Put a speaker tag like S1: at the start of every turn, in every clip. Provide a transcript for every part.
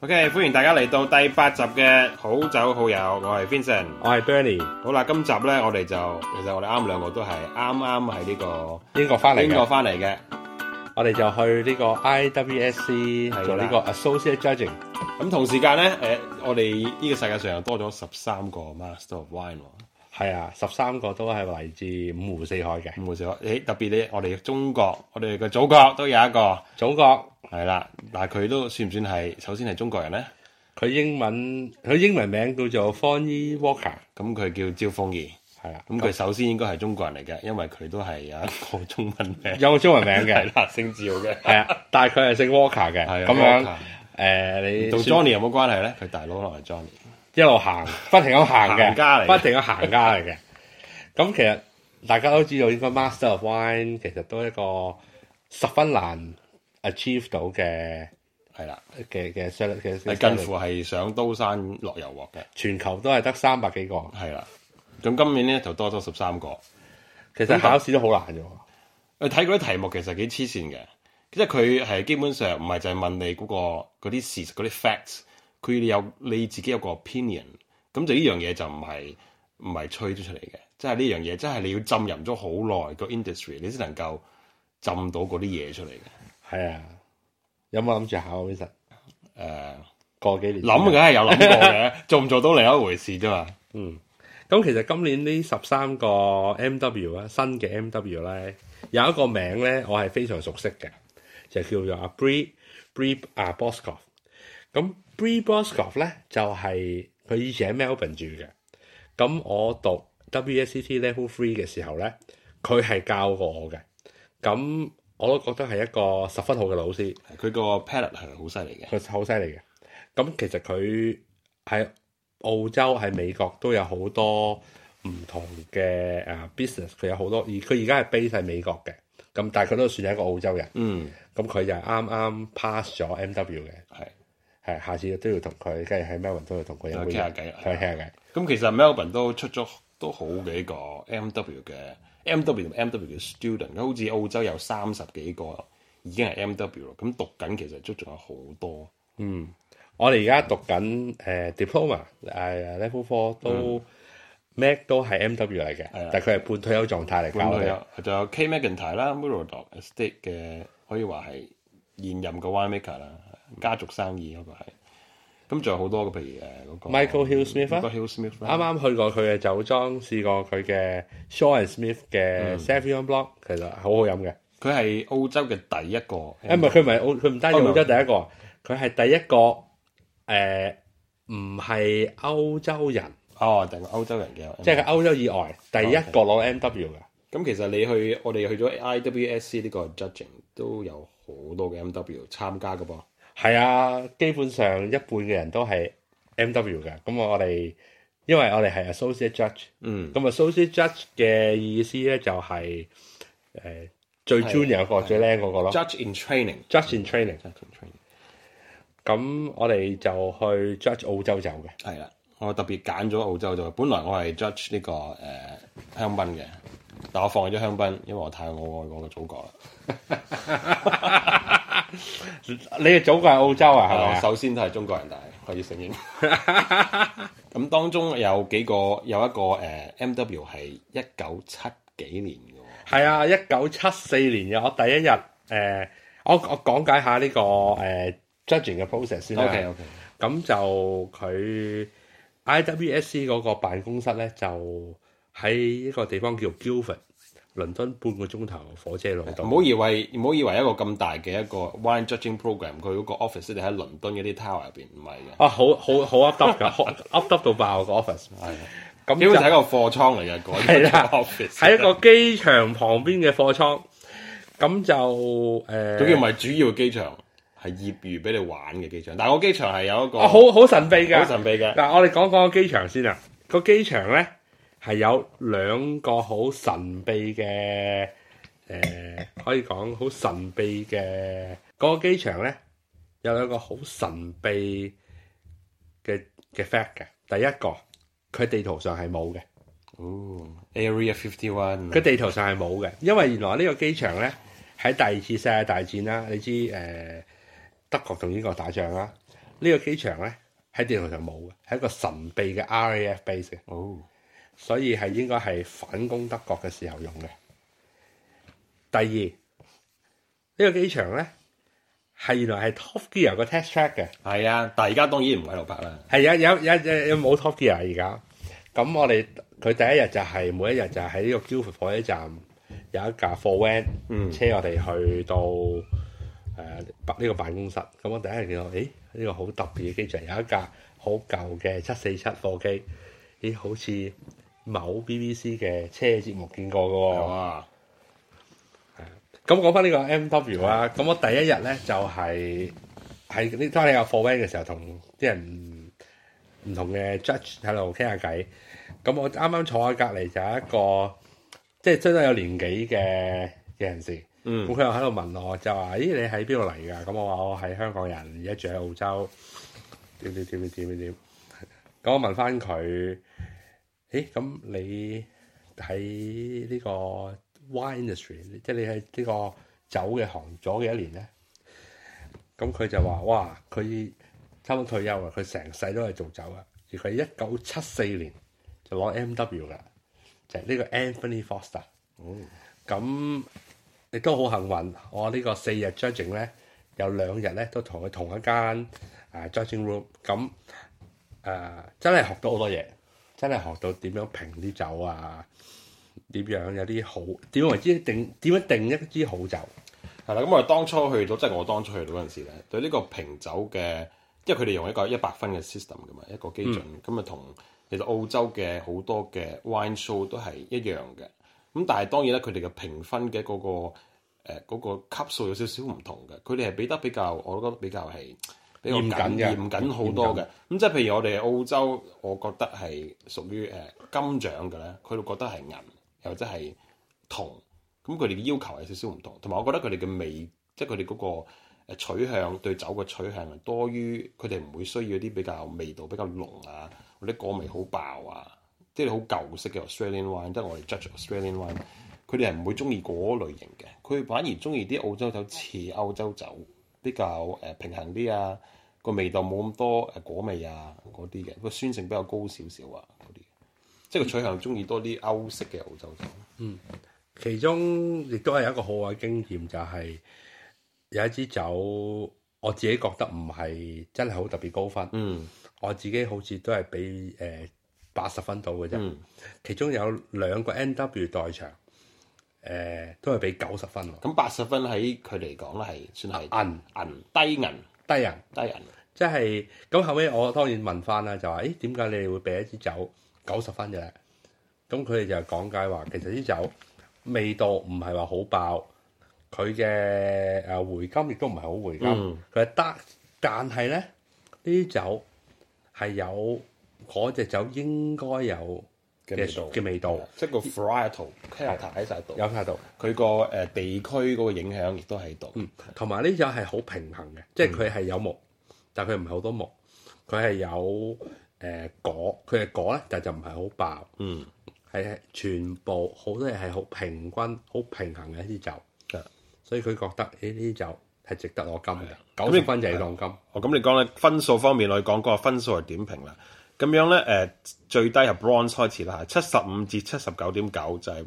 S1: OK，歡迎大家嚟到第八集嘅好酒好友，我係 Vincent。
S2: 我係 Bernie，
S1: 好啦，今集呢，我哋就其實我哋啱兩個都係啱啱喺呢
S2: 英國翻
S1: 個
S2: 嚟
S1: 英國
S2: 嘅，
S1: 翻嚟嘅。
S2: 我哋就去呢個 IWSC
S1: 啦
S2: 做呢個 Associate Judging。
S1: 咁同時間呢，誒、我哋呢個世界上又多咗十三個 Master of Wine 喎。
S2: 係啊，十三個都係嚟自五湖四海嘅
S1: 咁冇錯，誒特別呢，我哋中國，我哋嘅祖國都有一個，
S2: 祖國。
S1: 係啦。但係佢都算唔算係首先係中國人呢？
S2: 佢英文佢英文名叫做 Fonny Walker，
S1: 咁佢叫招鳳儀，
S2: 係啊啦。
S1: 咁佢首先應該係中國人嚟嘅，因為佢都係有一個中文 名，
S2: 有個中文名嘅，
S1: 係啦，姓趙嘅。
S2: 係啊，但係佢係姓 Walker 嘅。
S1: 係啊
S2: 咁樣
S1: Walker
S2: 誒，你
S1: 同
S2: 算
S1: Johnny 有冇關係咧？佢大佬落嚟 Johnny，
S2: 一路行，不停咁行嘅，
S1: 行家嚟嘅
S2: 不停咁行家嚟嘅。咁其實大家都知道，應該 Master of Wine 其實都一個十分難 achieve 到嘅
S1: 係啦，
S2: 嘅嘅 s 嘅
S1: 係近乎係上刀山落油鑊嘅，
S2: 全球都係得三百幾個，
S1: 係啦。咁今年咧就多咗十三個。
S2: 其實考試都好難嘅喎。
S1: 我睇嗰啲題目其實幾黐線嘅，即係佢係基本上唔係就係問你嗰、個嗰啲事實嗰啲 facts，佢有你自己有個 opinion，咁就呢樣嘢就唔係唔係吹咗出嚟嘅，即係呢樣嘢真係你要浸淫咗好耐個 industry，你先能夠浸到嗰啲嘢出嚟嘅。
S2: 係啊，有冇諗住考啊 Vincent？
S1: 誒、
S2: 過幾年
S1: 諗啊梗係有諗過嘅，做唔做到另一回事啫嘛。
S2: 咁其實今年呢十三個 MW 啊，新嘅 MW 咧，有一個名咧，我係非常熟悉嘅，就叫做阿 Bree Bree 啊 Boskov。咁 Bree Boskov 咧就係、佢以前喺 Melbourne 住嘅。咁我讀 WSET Level Three 嘅時候咧，佢係教過我嘅。咁我都覺得係一個十分好嘅老師。
S1: 佢個 palette 係好犀利嘅，
S2: 佢好犀利嘅。咁其實佢喺澳洲、喺美國都有好多唔同嘅誒 business，佢有好多，而佢而家係 base 喺美國嘅。咁但係佢都算係一個澳洲人。
S1: 嗯，
S2: 咁佢就係啱啱 pass 咗 MW 嘅，
S1: 係。
S2: 係下次都要同佢，跟住喺 Melbourne 都要同佢
S1: 再
S2: 有
S1: 傾下偈啦
S2: 再傾下偈。啊
S1: 咁其實 Melbourne 都出咗都好幾個 MW 嘅 MW 同 MW 嘅 student，好似澳洲有三十幾個已經係 MW 啦。咁讀緊其實都仲有好多，
S2: 我哋而家讀緊誒、呃 diploma 誒、level four 都 Mac 都係 MW 嚟嘅，嗯但係佢係半退休狀態嚟
S1: 咁
S2: 教我
S1: 佢
S2: 哋。
S1: 有仲有 K McIntyre 啦 m u r r o d o g Estate 嘅可以話係現任嘅 winemaker 啦，家族生意嗰個係。咁仲有好多嘅，譬如誒呃嗰個
S2: Michael Hill Smith 啊
S1: Michael Hill Smith 啦
S2: 啱啱去過佢嘅酒莊，試過佢嘅 Shaw and Smith 嘅 Sauvignon Blanc，其實好好飲嘅。
S1: 佢係澳洲嘅第一個
S2: 誒唔係佢唔係澳，佢唔單止
S1: 哦唔係
S2: 澳洲第一個，佢係第一個誒唔係歐洲人，
S1: 哦，第一個歐洲人嘅，
S2: 即係佢歐洲以外第一個攞 MW 嘅。
S1: 咁其實你去我哋去咗 IWSC 呢個 judging 都有好多嘅 MW 參加嘅噃，
S2: 係啊，基本上一半嘅人都係 MW 嘅。咁我哋因為我哋係 associate judge，
S1: 嗯，
S2: 咁 associate judge 嘅意思咧就係誒最
S1: 係
S2: junior 嗰個最叻嗰個咯
S1: judge in training。
S2: ，judge in training。
S1: judge in training
S2: 咁我哋就去 judge 澳洲酒嘅，
S1: 係啦，我特別揀咗澳洲就，本來我係 judge 呢、個誒、呃香檳嘅，但我放棄咗香檳，因為我太愛我嘅祖國啦。
S2: 你嘅祖國係澳洲啊，係咪
S1: 我
S2: 啊？
S1: 首先都係中國人，但係可以承 認。咁當中有幾個有一個誒、呃 MW 係一九七幾年嘅喎，
S2: 係啊，一九七四年啊嘅，我第一日誒、呃我我講解下呢、個誒、呃 judging 嘅 process 先啦。
S1: OK，OK
S2: 咁就佢 IWSC 嗰個辦公室咧，就喺一個地方叫 Guildford，倫敦半個鐘頭火車路度。
S1: 唔好以為唔好以為一個咁大嘅一個 wine judging program，佢嗰個 office 你喺倫敦嗰啲 tower 入邊，唔係嘅，
S2: 啊，好好好 up 得㗎，好 up 得到爆個 office。
S1: 係
S2: 咁
S1: 基本
S2: 就
S1: 上係一個貨倉嚟嘅嗰
S2: 啊係
S1: 啲
S2: 啦
S1: office，
S2: 喺一個機場旁邊嘅貨倉，咁就誒，呃
S1: 總之唔係主要機場，係業餘俾你玩嘅機場。但係我機場係有一個
S2: 啊，好好神秘
S1: 哦好
S2: 㗎。
S1: 神秘嘅，
S2: 嗱，我哋講講個機場先啊。個機場咧係有兩個好神秘嘅誒、呃可以講好神秘嘅嗰、個機場咧有兩個好神秘嘅嘅 fact 嘅。第一個佢地圖上係冇嘅，
S1: 哦，Area Fifty One，
S2: 佢地圖上係冇嘅，因為原來呢個機場咧喺第二次世界大戰啦，你知誒、呃德國同英國打仗啦，呢、個機場咧喺地圖上冇嘅，係一個神秘嘅 RAF base 嘅，
S1: 哦，
S2: 所以係應該係反攻德國嘅時候用嘅。第二，呢、個機場咧係原來係 Top Gear 個 test track 嘅。
S1: 係啊，但係而家當然唔喺度拍啦，
S2: 係有有有有有冇 Top Gear 啊而家？咁我哋佢第一日就係、每一日就喺呢個 Guildford 火車站有一架貨 van、
S1: 嗯
S2: 車我哋去到誒北呢個辦公室。咁我第一日見到，咦呢、個好特別嘅機場有一架好舊嘅七四七貨機，咦好似某 BBC 嘅車節目見過嘅喎、
S1: 哇，
S2: 咁講翻呢個 MW 啊，咁我第一日咧就係喺呢當你有 f o r 嘅時候，同啲人唔唔同嘅 judge 喺度傾下偈。咁我啱啱坐喺隔離就有一個即係真係有年紀嘅嘅人士，咁
S1: 嗯
S2: 佢又喺度問我就話：咦，你喺邊度嚟㗎？咁啊我話我係香港人，而家住喺澳洲，點點點點點點點。咁我問翻佢：咦，咁你喺呢個 wine industry，即係你喺呢個酒嘅行咗幾多年咧？咁佢就話：哇，佢差唔多退休啦，佢成世都係做酒啊，而佢一九七四年就攞 M.W. 㗎啦，就係、呢個 Anthony Foster。咁亦都好幸運，我呢個四日 judging 咧，有兩日咧都同佢同一間啊 judging room，咁誒、啊真係學到好多嘢，真係學到點樣評啲酒啊，點樣有啲好點樣為之定點樣定一支好酒，
S1: 係啦，咁我哋當初去到，即係我當初去到嗰陣時咧，對呢個評酒嘅，因為佢哋用一個一百分嘅 system 噶嘛，一個基準，咁啊同其實澳洲嘅好多嘅 wine show 都係一樣嘅，咁但係當然咧，佢哋嘅評分嘅嗰、個。呃誒嗰、個級數有少少唔同嘅，佢哋係俾得比較，我覺得比較係比較
S2: 嚴謹嘅
S1: 嚴謹好多嘅。咁即係譬如我哋澳洲，我覺得係屬於誒、呃金獎嘅咧，佢哋覺得係銀，又或者係銅。咁佢哋嘅要求係少少唔同，同埋我覺得佢哋嘅味，即係佢哋嗰個呃誒取向對酒嘅取向係多於佢哋唔會需要啲比較味道比較濃啊，或者果味好爆啊，即係好舊式嘅 Australian wine，即係我哋 judge Australian wine，佢哋係唔會中意嗰類型嘅，佢反而中意啲澳洲酒似歐洲酒，比較誒、呃平衡啲啊，個味道冇咁多誒果味啊嗰啲嘅，個酸性比較高少少啊嗰啲，即係佢取向中意多啲歐式嘅澳洲酒。
S2: 其中亦都係有一個好嘅經驗，就係、有一支酒我自己覺得唔係真係好特別高分，
S1: 嗯
S2: 我自己好似都係俾誒八十分到嘅啫。
S1: 嗯。
S2: 其中有兩個 N.W. 代場，誒、都係俾九十分喎，
S1: 咁八十分喺佢嚟講咧係算係
S2: 銀
S1: 銀低銀
S2: 低人，
S1: 低銀，
S2: 即係咁後尾我當然問翻啦，就話誒點解你哋會俾一支酒九十分嘅咧？咁佢哋就講解話，其實啲酒味道唔係話好爆，佢嘅誒回甘亦都唔係好回甘，
S1: 嗯
S2: 佢係得，但係咧呢啲酒係有嗰隻酒應該有
S1: 嘅
S2: 嘅
S1: 味道
S2: 嘅味道，
S1: 即係個 varietal character 喺晒度，
S2: 有晒度。
S1: 佢個誒地區嗰個影響亦都喺度。
S2: 嗯，同埋呢隻係好平衡嘅，
S1: 嗯
S2: 即係佢係有木，但佢唔係好多木，佢係有誒、呃果，佢嘅果咧，但就唔係好爆，
S1: 嗯，
S2: 係全部好多嘢係好平均、好平衡嘅一支酒
S1: 係，
S2: 所以佢覺得誒呢啲酒係值得攞金嘅，
S1: 咁
S2: 九
S1: 你
S2: 十分就係當金，
S1: 哦，咁你講咧分數方面，我哋講嗰個分數係點評啦。咁樣咧誒、呃最低係 bronze 開始啦，七十五至七十九點九就係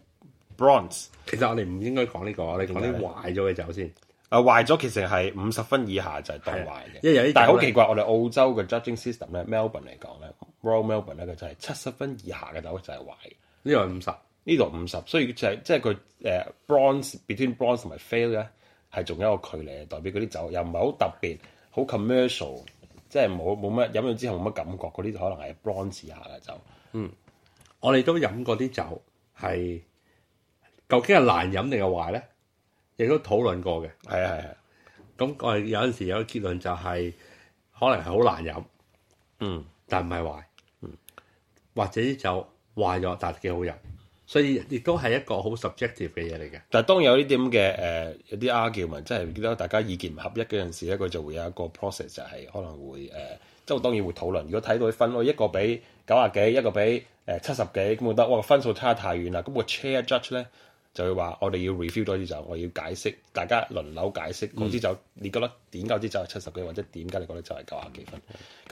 S1: bronze。
S2: 其實我哋唔應該講呢、個，我哋講
S1: 點解
S2: 啲
S1: 咧
S2: 壞咗嘅酒先，
S1: 啊壞咗其實係五十分以下就係當壞嘅，
S2: 因為有啲酒
S1: 但係好
S2: 咧
S1: 奇怪，我哋澳洲嘅 judging system 咧，Melbourne 嚟講咧，Royal Melbourne 咧，佢就係七十分以下嘅酒就係壞嘅。
S2: 呢個係五十，
S1: 呢度五十，所以就係即係佢誒 bronze between bronze 同埋 fail 咧，係仲有一個距離，代表嗰啲酒又唔係好特別，好 commercial，即係冇冇乜飲咗之後冇乜感覺嗰啲，可能係 bronze 以下嘅酒。
S2: 我哋都飲過啲酒係究竟係難飲定係壞咧，亦都討論過嘅。
S1: 係啊係啊，
S2: 咁我哋有陣時有個結論就係、可能係好難飲，
S1: 嗯，
S2: 但唔係壞，或者啲酒壞咗，但係幾好飲，所以亦都係一個好 subjective 嘅嘢嚟嘅。
S1: 但係當有呢啲咁嘅誒有啲 argument，即係得大家意見唔合一嗰陣時咧，佢就會有一個 process 就係可能會誒、呃即係當然會討論。如果睇到啲分，我一個俾九啊幾，一個俾誒七十幾，咁覺得哇分數差太遠啦。咁、個 chair judge 咧就會話我哋要 review 多支酒，我要解釋，大家輪流解釋嗰支酒，你覺得點解支酒係七十幾，或者點解你覺得就係九啊廿幾分？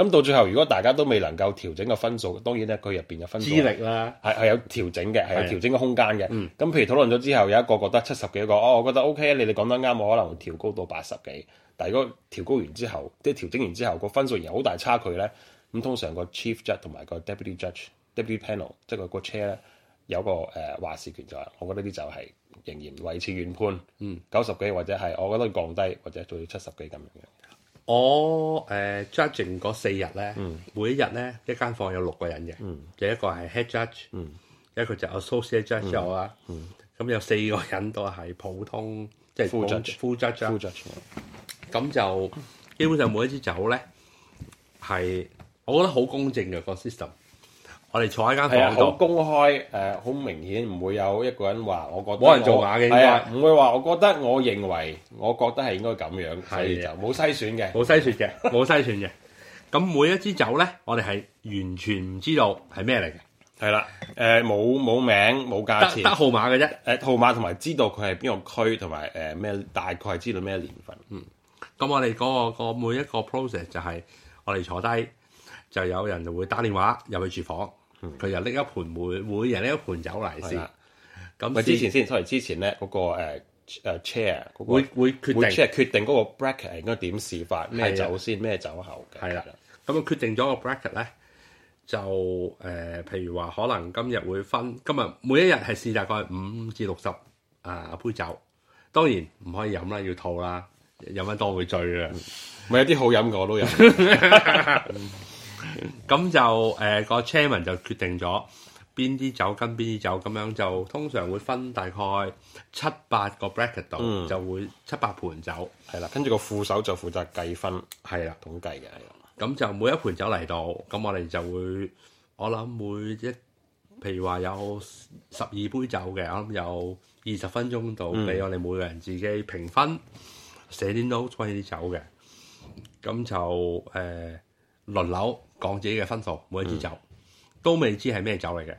S1: 咁到最後，如果大家都未能夠調整個分數，當然咧佢入邊嘅分數
S2: 資歷啦，
S1: 係係有調整嘅，係
S2: 係啊
S1: 有調整嘅空間嘅。咁、譬如討論咗之後，有一個覺得七十幾個，哦，我覺得 O、k 你哋講得啱，我可能會調高到八十幾。但係如果調高完之後，即係調整完之後，個分數仍然好大差距咧，咁通常個 chief judge 同埋個 deputy judge、deputy panel，即係個個 chair 咧，有個誒、呃、話事權就係、我覺得啲就係仍然維持原判，九十幾或者係我覺得降低或者做到七十幾咁樣嘅。
S2: 我誒、呃 judging 嗰四日咧，
S1: 嗯
S2: 每一日咧一間房有六個人嘅，就一個係 head judge，、一
S1: 嗯
S2: 個就 associate judge 有啦，咁、有四個人都係普通即係
S1: Full judge
S2: full judge 啊
S1: Full judge
S2: 咁就基本上每一支酒咧係，我覺得好公正嘅個 system。我哋坐喺間
S1: 係啊，
S2: 房
S1: 好
S2: 度，
S1: 公開誒，呃好、明顯唔會有一個人話我覺得
S2: 啊冇人做假嘅應該
S1: 係啊，唔會話我覺得我認為我覺得係應該咁樣，所以
S2: 係
S1: 就
S2: 啊
S1: 冇篩選嘅。
S2: 冇篩選嘅，冇篩選嘅。咁每一支酒咧，我哋係完全唔知道係咩嚟嘅，
S1: 係啦，誒冇冇名冇價
S2: 得
S1: 錢，
S2: 得號碼嘅啫。
S1: 誒號碼同埋知道佢係邊個區同埋誒咩大概知道咩年份。
S2: 咁我哋嗰、個個每一個 process 就係我哋坐低，就有人就會打電話入去廚房，佢就拎一盤每每人拎一盤酒嚟
S1: 嗯係
S2: 先
S1: 啦。
S2: 咁
S1: 喂，之前
S2: 先
S1: 先，sorry，之前咧嗰、個誒誒 chair 嗰個
S2: 會會
S1: 會
S2: 決定
S1: chair 決定嗰個 bracket 係應該點試法，咩
S2: 係啊
S1: 酒先咩酒後嘅。
S2: 係啦。咁啊決定咗個 bracket 咧，就誒、呃譬如話可能今日會分，今日每一日係試大概五至六十啊杯酒，當然唔可以飲啦，要吐啦，飲得多會醉嘅。
S1: 咪有啲好飲嘅我 都有。
S2: 咁就誒、呃、個 chairman 就決定咗邊啲酒跟邊啲酒，咁樣就通常會分大概七八個 bracket 度，
S1: 嗯
S2: 就會七八盤酒，
S1: 係啦，跟住個副手就負責計分
S2: 係啦。
S1: 統計嘅，啊係啦。
S2: 咁就每一盤酒嚟到，咁我哋就會，我諗每一，譬如話有十二杯酒嘅，我諗有二十分鐘到俾我哋每個人自己評分，寫啲 note 關於啲酒嘅，咁就誒、呃、輪流講自己嘅分數，每一支酒、都未知係咩酒嚟嘅。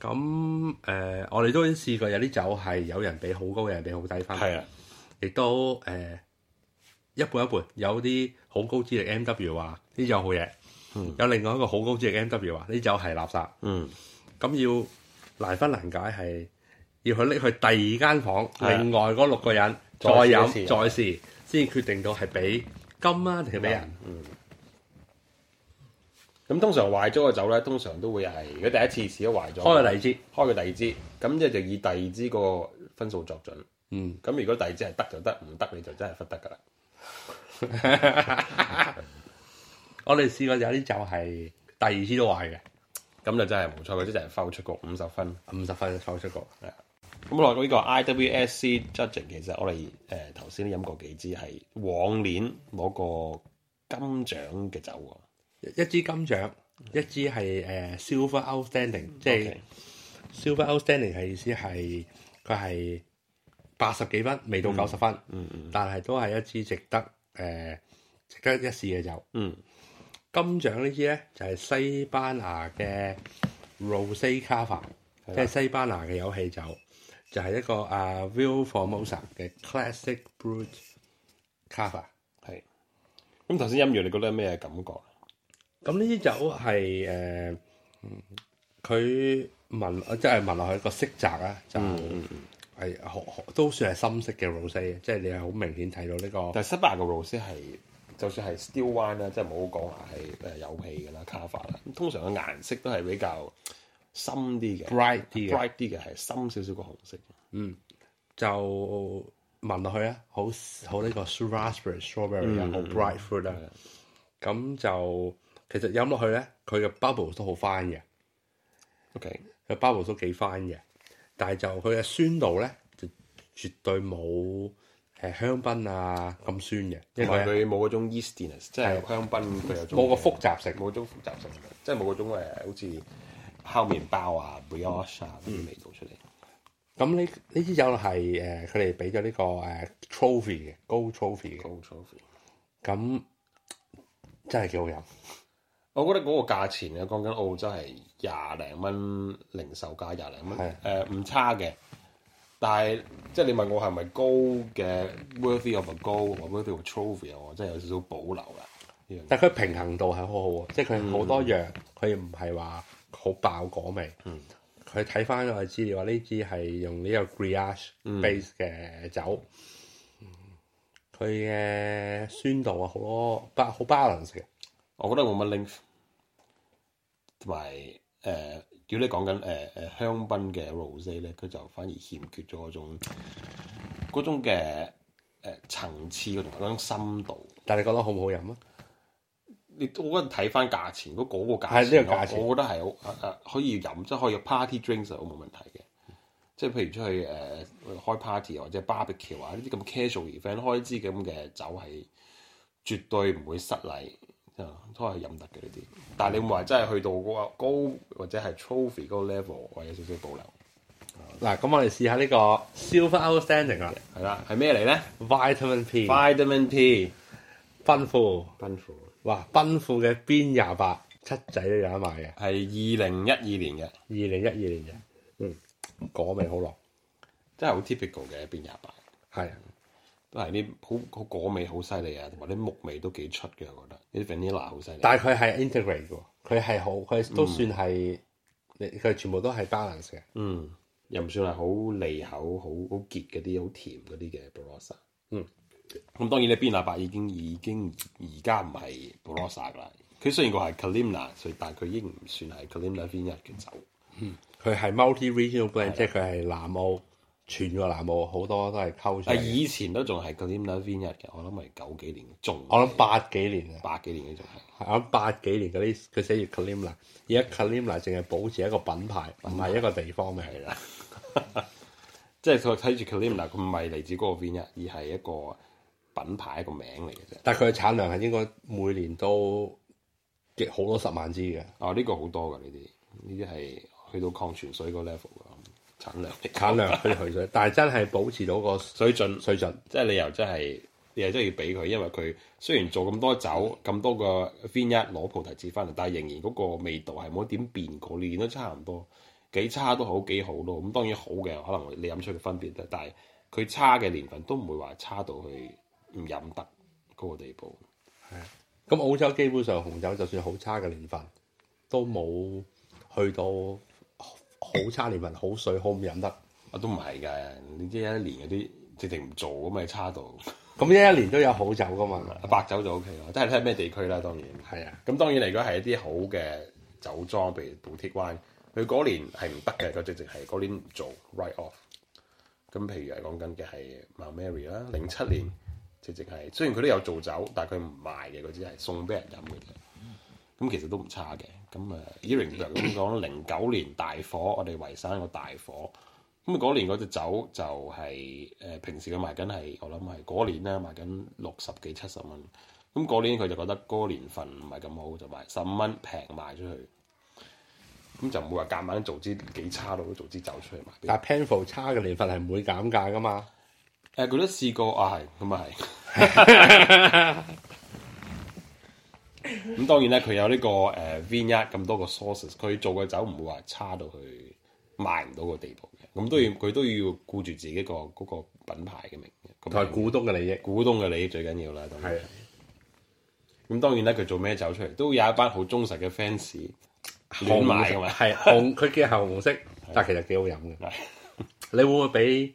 S2: 咁誒、呃我哋都試過有啲酒係有人俾好高，有人俾好低分。
S1: 係啦，啊
S2: 亦都誒、呃一半一半，有啲好高資歷 M W 話呢酒好嘢，有另外一個好高資歷 M W 話呢酒係垃圾，
S1: 嗯，
S2: 咁要難分難解係要去拎去第二間房，
S1: 係啊
S2: 另外嗰六個人再
S1: 再試一
S2: 飲
S1: 次
S2: 再試，先決定到係俾金啊定係俾人。
S1: 嗯咁通常壞咗個酒咧，通常都會係如果第一次試咗壞咗，
S2: 開個例子，
S1: 開個第二支，咁即係就以第二支個分數作準。
S2: 嗯，
S1: 咁如果第二支係得就得，唔得你就真係忽得㗎啦。
S2: 我哋試過有啲酒係第二次都壞嘅，
S1: 咁就真係冇錯，嗰啲就係浮出局五十分。
S2: 五十分抽出局。
S1: 咁我講呢個 IWSC judging 其實我哋誒頭先都飲過幾支係往年攞過金獎嘅酒喎。
S2: 一一支金獎，一支係誒、呃 silver outstanding，即係。
S1: OK
S2: silver outstanding 係意思係佢係八十幾分，未到九十分，嗯嗯但係都係一支值得誒、呃值得一試嘅酒。
S1: 嗯，
S2: 金獎呢支咧就係、西班牙嘅 Rosé Cava，即係西班牙嘅有氣酒，就係、一個啊 v i l Formosa 嘅 Classic Brut Cava。
S1: 嗯係。咁頭先飲完你覺得咩感覺？啊
S2: 咁呢啲酒係誒，呃嗯佢、聞即係聞落去個色澤啊，就係好好都算係深色嘅 rose，即係你係好明顯睇到呢、個
S1: 但係西班牙嘅 rose 係，就算係 still wine 啦，即係冇講話係誒有氣㗎啦、卡法啦。咁通常嘅顏色都係比較深啲嘅
S2: bright 啲嘅，
S1: ，bright 啲嘅係深少少個紅色。
S2: 就聞落去啊，好好呢個 raspberry、strawberry 啊，好 bright fruit 啦。咁就其實飲落去咧，佢嘅 bubbles 都好 fine 嘅，
S1: OK，
S2: 佢 bubbles 都幾 fine 嘅，但係就佢嘅酸度咧就絕對冇誒香檳啊咁酸嘅，
S1: 因為
S2: 因為
S1: 佢冇嗰種 yeastiness，即係香檳佢有種
S2: 冇個複雜性。
S1: 冇種複雜性，即係冇嗰種誒好似烤麵包啊、brioche 啊
S2: 嗯
S1: 嗰啲味道出嚟。
S2: 咁呢呢支酒係誒佢哋俾咗呢個誒、呃 trophy 嘅高 trophy 嘅，
S1: Gold trophy
S2: 咁真係幾好飲。
S1: 我覺得嗰個價錢咧，講緊澳洲係廿零蚊零售價廿零蚊
S2: 係，
S1: 誒唔差嘅。但係即係你問我係咪高嘅 worthy of a goal 或 worthy of a trophy 啊我真係有少少保留啦。呢樣嘢
S2: 但佢平衡度係好好喎，即係佢好多樣，佢唔係話好爆果味。佢睇翻我嘅資料，呢支係用呢個 Griage base 嘅酒，佢嘅酸度啊好多，巴好 balance 嘅。
S1: 我覺得冇乜 link，同埋誒，如果你講緊誒誒香檳嘅 rose 咧，佢就反而欠缺咗嗰種嗰種嘅誒、呃、層次同埋嗰種深度。
S2: 但係你覺得好唔好飲啊？
S1: 你我覺得睇翻價錢嗰嗰、個價
S2: 係
S1: 錢，
S2: 呢個價錢
S1: 我我覺得係好啊啊可以飲，即係可以 party drinks 係好冇問題嘅。即係譬如出去誒、呃、開 party 或者 barbecue 啊呢啲咁 casual event 開支咁嘅酒係絕對唔會失禮，啊都係飲得嘅呢啲。但係你唔話真係去到嗰個高或者係 trophy 嗰個 level，我有少少保留。
S2: 嗱，咁我哋試下呢個 Silver Outstanding 啦
S1: 係啦，係咩嚟咧
S2: ，Vitamin P，
S1: ？Vitamin P，
S2: 奔富，
S1: 奔富
S2: 哇，奔富嘅 B 廿八七仔都有得賣嘅，二
S1: 係二零一二年嘅，
S2: 零一二年嘅，嗯，果味好濃，
S1: 真係好 typical 嘅變廿八。
S2: 係啊。
S1: 都係啲好好果味好犀利啊，同埋啲木味都幾出嘅，我覺得啲 vanilla 好犀利。
S2: 但係佢係 integrate 嘅喎，佢係好，佢都算係，你佢全部都係 balance 嘅。
S1: 嗯，又唔算係好利口、好好結嗰啲、好甜嗰啲嘅 b r o s a
S2: 嗯，
S1: 咁當然咧，邊立白已經已經而家唔係 b r o s a 噶啦。佢雖然個係 Kalimna，所以但係佢已經唔算係 Kalimna v i n e y 嘅酒。
S2: 佢係 multi regional blend，即係啊佢係南澳，全個南澳好多都係溝
S1: 但
S2: 上
S1: 係
S2: 嚟。
S1: 以前都仲係 Kalimna v i n e y 嘅，我諗係九幾年仲
S2: 我諗八幾年啊，
S1: 八幾年嘅仲係。
S2: 我諗八幾年嗰啲佢寫住 Kalimla，而家 Kalimla 淨係保持一個品牌，唔係一個地方名嚟啦。
S1: 即係佢睇住 Kalimna，佢唔係嚟自嗰個 v i n e y 而係一個品牌一個名嚟嘅啫。
S2: 但係佢嘅產量係應該每年都極好多十萬支嘅
S1: 哦，呢、個好多噶呢啲，呢啲係去到礦泉水個 level 噶產量 嚟
S2: 產量去去水，但係真係保持到個
S1: 水準，
S2: 水準。
S1: 即係你又真係你又真係要俾佢，因為佢雖然做咁多酒咁多個 v i n e 攞菩提子翻嚟，但係仍然嗰個味道係冇點變過，年都差唔多，幾差都好，幾好咯。咁當然好嘅，可能你飲出嘅分別啦，但係佢差嘅年份都唔會話差到去唔飲得嗰個地步。
S2: 咁澳洲基本上紅酒就算好差嘅年份，都冇去到好差年份，好水好唔飲得。
S1: 啊，都唔係㗎，你知一年嗰啲直情唔做咁咪差到，
S2: 咁一一年都有好酒噶嘛，
S1: 白酒就 OK 啦，即係睇下咩地區啦，當然。
S2: 係啊，
S1: 咁當然嚟講係一啲好嘅酒莊，譬如 Boutique Wine，佢嗰年係唔得嘅，佢直直係嗰年唔做 write off。咁譬如係講緊嘅係 Mount Mary 啦，零七年直直係雖然佢都有做酒，但係佢唔賣嘅，佢只係送俾人飲嘅啫。咁其實都唔差嘅。咁啊 e r i n g 咁講，零九年大火，我哋維山個大火。咁嗰年嗰隻酒就係、呃平時佢賣緊係我諗係嗰年啦，賣緊六十幾七十蚊。咁嗰年佢就覺得嗰個年份唔係咁好，就賣十五蚊平賣出去。咁就唔會話夾硬做支幾差佬做支酒出嚟賣俾人。
S2: 但 p a n f o 差嘅年份係唔會減價噶嘛。
S1: 誒佢都試過啊，係咁啊係。 咁當然咧，佢有呢、個誒 v i n e 咁多個 sources，佢做嘅酒唔會話差到去賣唔到個地步嘅。咁都要佢都要顧住自己個嗰、個品牌嘅名嘅，
S2: 同埋股東嘅利益，
S1: 股東嘅利益最緊要啦。當然
S2: 係啊
S1: 咁當然咧，佢做咩酒出嚟都有一班好忠實嘅 fans 亂買㗎嘛。
S2: 係紅，佢嘅係紅色，但其實幾好飲嘅。
S1: 係
S2: 你會唔會俾？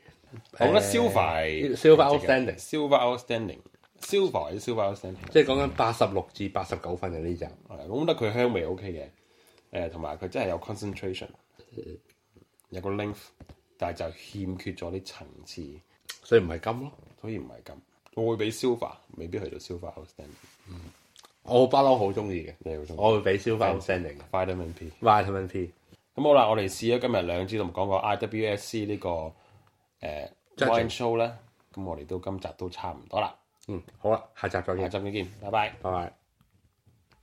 S1: 我覺得
S2: 誒
S1: silver 係
S2: silver outstanding
S1: silver outstanding silver 或者 silver outstanding。
S2: 即係講緊八十六至八十九分嘅呢酒。
S1: 係咁我覺得佢香味 OK 嘅，誒同埋佢真係有 concentration，有個 length，但係就欠缺咗啲層次，
S2: 所以唔係金咯。
S1: 所以唔係咁。我會俾 silver，未必去到 silver outstanding。
S2: 我不嬲好中意嘅，
S1: 你好中意
S2: 我會俾 silver outstanding 嘅
S1: vitamin P。
S2: vitamin P。
S1: 咁好啦，我哋試咗今日兩支同講過 IWSC 呢、個誒、呃
S2: Judging
S1: wine show 啦。咁我哋都今集都差唔多啦，
S2: 嗯，好啦，下集再
S1: 下
S2: 見，
S1: 集再見，拜拜。
S2: 拜拜。